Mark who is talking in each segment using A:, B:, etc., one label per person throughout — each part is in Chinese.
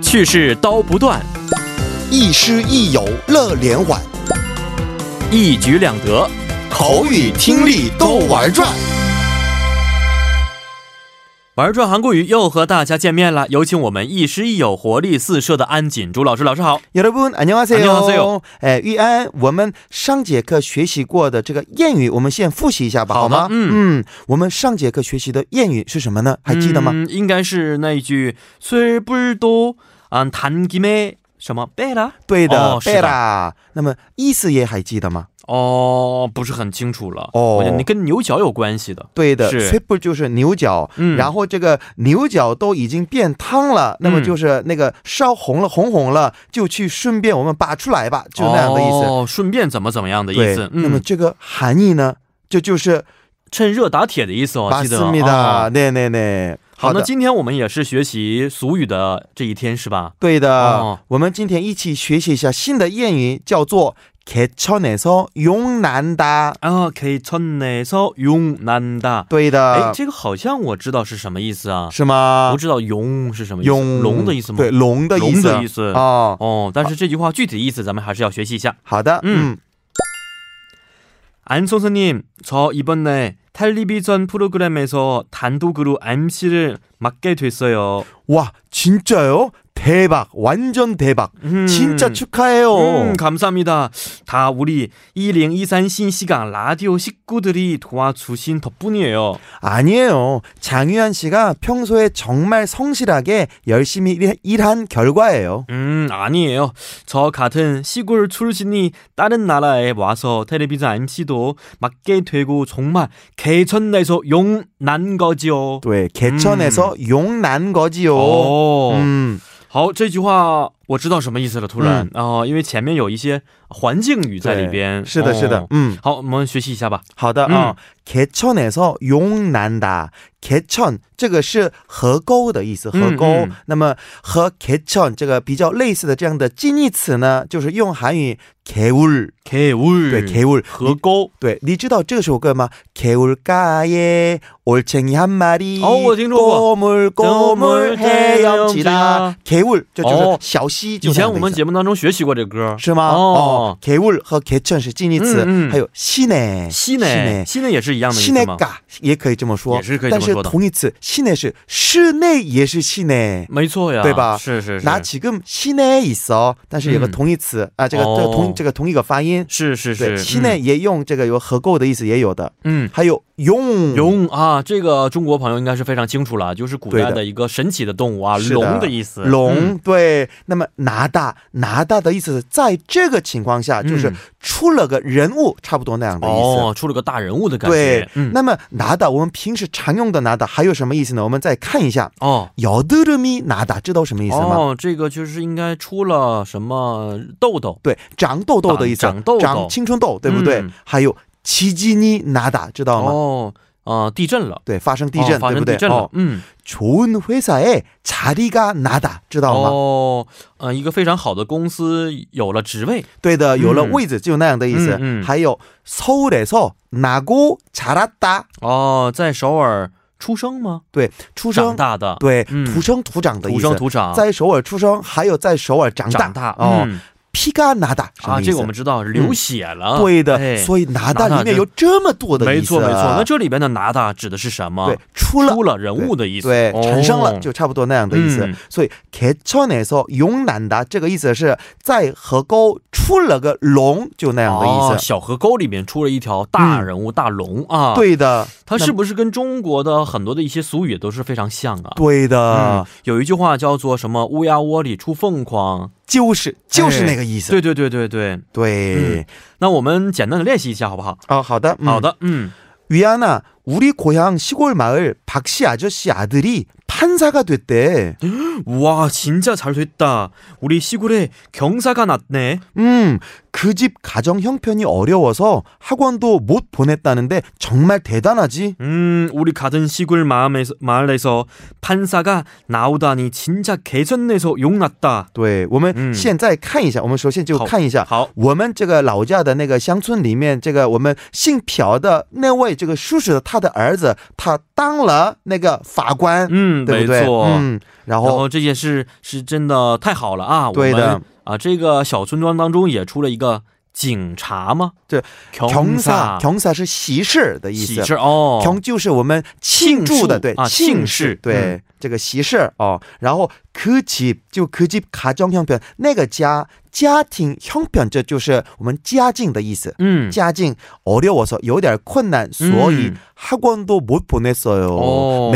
A: 去世刀不断，
B: 亦师亦友乐连环，
A: 一举两得。
B: 口语听力都玩转。
A: 玩转韩国语又和大家见面了，有请我们亦师亦友、活力四射的安锦珠老师。老师好，
B: 여러분안녕하세
A: 안녕하세
B: 요
A: 요 。
B: 哎，玉安，我们上节课学习过的这个谚语，我们先复习一下吧，好
A: 好的
B: 吗？
A: 嗯
B: 嗯，我们上节课学习的谚语是什么呢？还记得吗？
A: 嗯应该是那一句“虽不知多，啊，谈김에什么贝拉
B: 对的
A: 哦，是的
B: 啦。那么意思也还记得吗？”？
A: 哦，不是很清楚了。
B: 哦
A: 我觉得你跟牛角有关系的。
B: 对的，
A: 是
B: 崔不就是牛角，
A: 嗯
B: 然后这个牛角都已经变汤了，那么
A: 嗯
B: 就是那个烧红了、红红了，就去顺便我们拔出来吧，就那样的意思。
A: 哦，顺便怎么怎么样的意
B: 对
A: 思，。
B: 那么
A: 嗯，
B: 这个含义呢，这就是
A: 趁热打铁的意思哦，
B: 巴
A: 记
B: 斯
A: 得。
B: 密
A: 哦
B: 达，对对对，
A: 어。 好，
B: 的
A: 那，今天我们也是学习俗语的这一天是吧？
B: 对的、
A: 哦
B: 我们今天一起学习一下新的谚语，叫做“개천에서용난다
A: 啊，可以천내서용난다”。。
B: 对
A: 哎，
B: 的，
A: 这个好像我知道是什么意思啊？
B: 啊是吗
A: 不？知道“용”是什么意思？
B: 用
A: 龙的意思吗？
B: 对，龙的意
A: 龙
B: 思。
A: 的意思。
B: 哦，
A: 哦，但是这句话具体的意思咱们还是要学习一下。
B: 好的，嗯
A: 嗯，안 선생님, 저 이번에 텔레비전 프로그램에서 단독으로 MC를 맡게 됐어요.
B: 와 진짜요? 대박 완전 대박
A: 음,
B: 진짜 축하해요
A: 음, 감사합니다. 다 우리 2023 신시간 라디오 식구들이 도와주신 덕분이에요.
B: 아니에요 장유한 씨가 평소에 정말 성실하게 열심히 일- 일한 결과예요
A: 음, 아니에요. 저 같은 시골 출신이 다른 나라에 와서 텔레비전 MC도 맡게 되고 정말 개천내서 용난 거지요.
B: 네 개천에서 용난 거지요
A: 오.
B: 음,
A: 好，这句话我知道什么意思了。突然啊、哦因为前面有一些环境语在里边。
B: 是的是的
A: 哦
B: 嗯
A: 好，我们学习一下吧。
B: 好的啊
A: 嗯
B: 음. 어. 개천에서 용난다 개천 음,
A: 嗯，嗯。
B: 这个是河沟的意思河沟那么和 개천 这个比较类似的这样的近义词呢就是用韩语 개울
A: 개울
B: 对 개울 네,
A: 河沟。
B: 对，你知道这首歌吗？그개울가에올챙이한마리
A: 哦我听说过
B: 꼬물꼬물헤엄치다 어.
A: 헤엄치다
B: 개울这就是
A: 哦
B: 小溪，就
A: 以
B: 是那
A: 前
B: 样的
A: 我们
B: 意思
A: 节目当中学习过这歌，
B: 是吗？
A: 哦
B: 哦，개울和개천是近义词，
A: 嗯嗯
B: 还有西内，
A: 西内，西内也是一样的意
B: 西
A: 思
B: 内
A: 吗？
B: 嘎也可以这么说，
A: 也是可以这
B: 但
A: 么
B: 是
A: 说的
B: 同义词，西内是室内，也是西内。
A: 没错呀，
B: 对吧
A: 是是是
B: 那지금시내에있어，但是有个
A: 嗯
B: 同义词、啊，这个这个同
A: 哦
B: 这个同一个发音，
A: 是是嗯
B: 对，
A: 是，
B: 西内也用这个有合购的意思也有的，
A: 嗯。嗯
B: 还有用
A: 龙啊，这个中国朋友应该是非常清楚了，就是古
B: 对
A: 代
B: 的
A: 的一个神奇的动物啊，
B: 是的
A: 龙的意思。
B: 龙、
A: 嗯
B: 对，那么拿大拿大的意思，在这个情况下就是
A: 嗯
B: 出了个人物，差不多那样的意思。
A: 哦，出了个大人物的感
B: 对
A: 觉。，嗯，
B: 那么拿大我们平时常用的拿大还有什么意思呢？我们再看一下，
A: 哦，
B: 摇的勒咪拿大，知道什么意思吗？
A: 哦，这个就是应该出了什么痘痘
B: 对，长痘痘的意思，
A: 长长痘痘
B: 长青春痘，对不对？
A: 嗯
B: 还有奇迹尼拿大，知道吗？
A: 哦，啊、地震了，
B: 对，发生地震，
A: 哦、发
B: 对
A: 生
B: 不对
A: 地？震了，
B: 哦，
A: 嗯，
B: 좋은회사에자리가나다，知道吗？
A: 哦，呃，一个非常好的公司有了职位，
B: 对的，有了
A: 嗯
B: 位置就那样的意思。
A: 嗯嗯
B: 还有서울에서나고자랐다，
A: 哦，在首尔出生吗？
B: 对，出
A: 长
B: 生，
A: 大的，
B: 对，
A: 嗯
B: 土生土长的意
A: 土
B: 思。
A: 生土长，
B: 在首尔出生，还有在首尔长大。
A: 长大，
B: 哦，
A: 嗯、
B: 皮卡拿大
A: 啊，这个我们知道，流血了，
B: 嗯对的，
A: 哎
B: 所以拿
A: 拿
B: 大
A: 大
B: 里面
A: 就
B: 有这么多的意思。啊
A: 没错没错。那这里边的拿大指的是什么？
B: 对，，出了。
A: 出了人物的意思，
B: 对，
A: 哦
B: 产生了就差不多那样的意思。
A: 嗯
B: 所以개천에서용난다这个意思是在河沟出了个龙，就那样的
A: 哦
B: 意思。嗯
A: 小河沟里面出了一条大人物、大龙啊，。
B: 对的，
A: 它是不是跟中国的很多的一些俗语都是非常像啊？
B: 对的
A: 嗯，，有一句话叫做什么“乌鸦窝里出凤凰
B: 就是就是
A: 哎
B: 那个意”。思。
A: 对对对对对。
B: 对，
A: 嗯那我们简单的练习一下好不好？
B: 아好的
A: 好的，嗯，
B: 위안아 우리 고향 시골 마을 박씨 아저씨 아들이 판사가 됐대.
A: 와 진짜 잘 됐다. 우리 시골에 경사가 났네.
B: 음, 그 집 가정 형편이 어려워서 학원도 못 보냈다는데 정말 대단하지.
A: 음, 우리 같은 시골 마음에서, 마을에서 판사가 나오다니 진짜 개전내서 용났다.
B: 对，我们现在看一下，我们首先就
A: 好
B: 看一下。
A: 好，
B: 我们这个老家的那个乡村里面，这个我们姓朴的那位这个叔叔的他的儿子他当了那个法官，
A: 嗯，
B: 对
A: 没
B: 不对？
A: 错。
B: 嗯，然
A: 음, 然
B: 后
A: 后这件事是真的太好了啊！
B: 어. 对
A: 我
B: 的
A: 们啊，这个小村庄当中也出了一个警察吗？
B: 对， 어, 경사
A: 경사
B: 경사是喜事的意
A: 喜
B: 思。
A: 事哦，
B: 경주是我们庆祝的，
A: 庆
B: 对
A: 祝，啊
B: 庆
A: 庆
B: 事
A: 事，嗯
B: 对、这个喜事哦。然后그집就그집 가정 형편那个家家庭형편这就是我们家境的意思。
A: 嗯，
B: 家境 어려워서 有点困难，所以
A: 음.
B: 학원도 못 보냈어요.
A: 어. 哦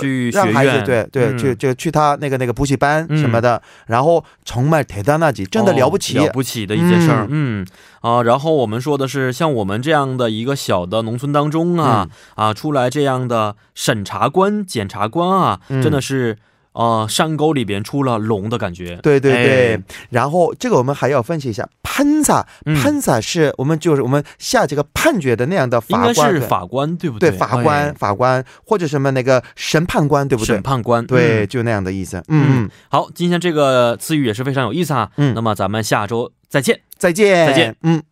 A: 去学院，嗯。嗯。哦了
B: 没法就让孩子对对去就去他那个那个补习班什么的，然后정말 대단하지，真的了不起。
A: 不起的一件事儿。嗯啊，然后我们说的是像我们这样的一个小的农村当中啊、
B: 嗯
A: 啊，出来这样的审查官、检察官啊，
B: 嗯
A: 真的是呃山沟里边出了龙的感觉。
B: 对对对，
A: 哎
B: 然后这个我们还要分析一下潘萨，
A: 嗯
B: 潘萨是我们就是我们下这个判决的那样的
A: 应
B: 法
A: 该
B: 官，
A: 是
B: 对
A: 法官对不
B: 对
A: 对
B: 法官、
A: 哎
B: 法官或者什么那个审判官，对不对
A: 审？判官
B: 对，
A: 嗯
B: 就那样的意思。嗯嗯，
A: 好，今天这个词语也是非常有意思啊。
B: 嗯
A: 那么咱们下周再见。
B: 再见，
A: 再见，
B: 嗯。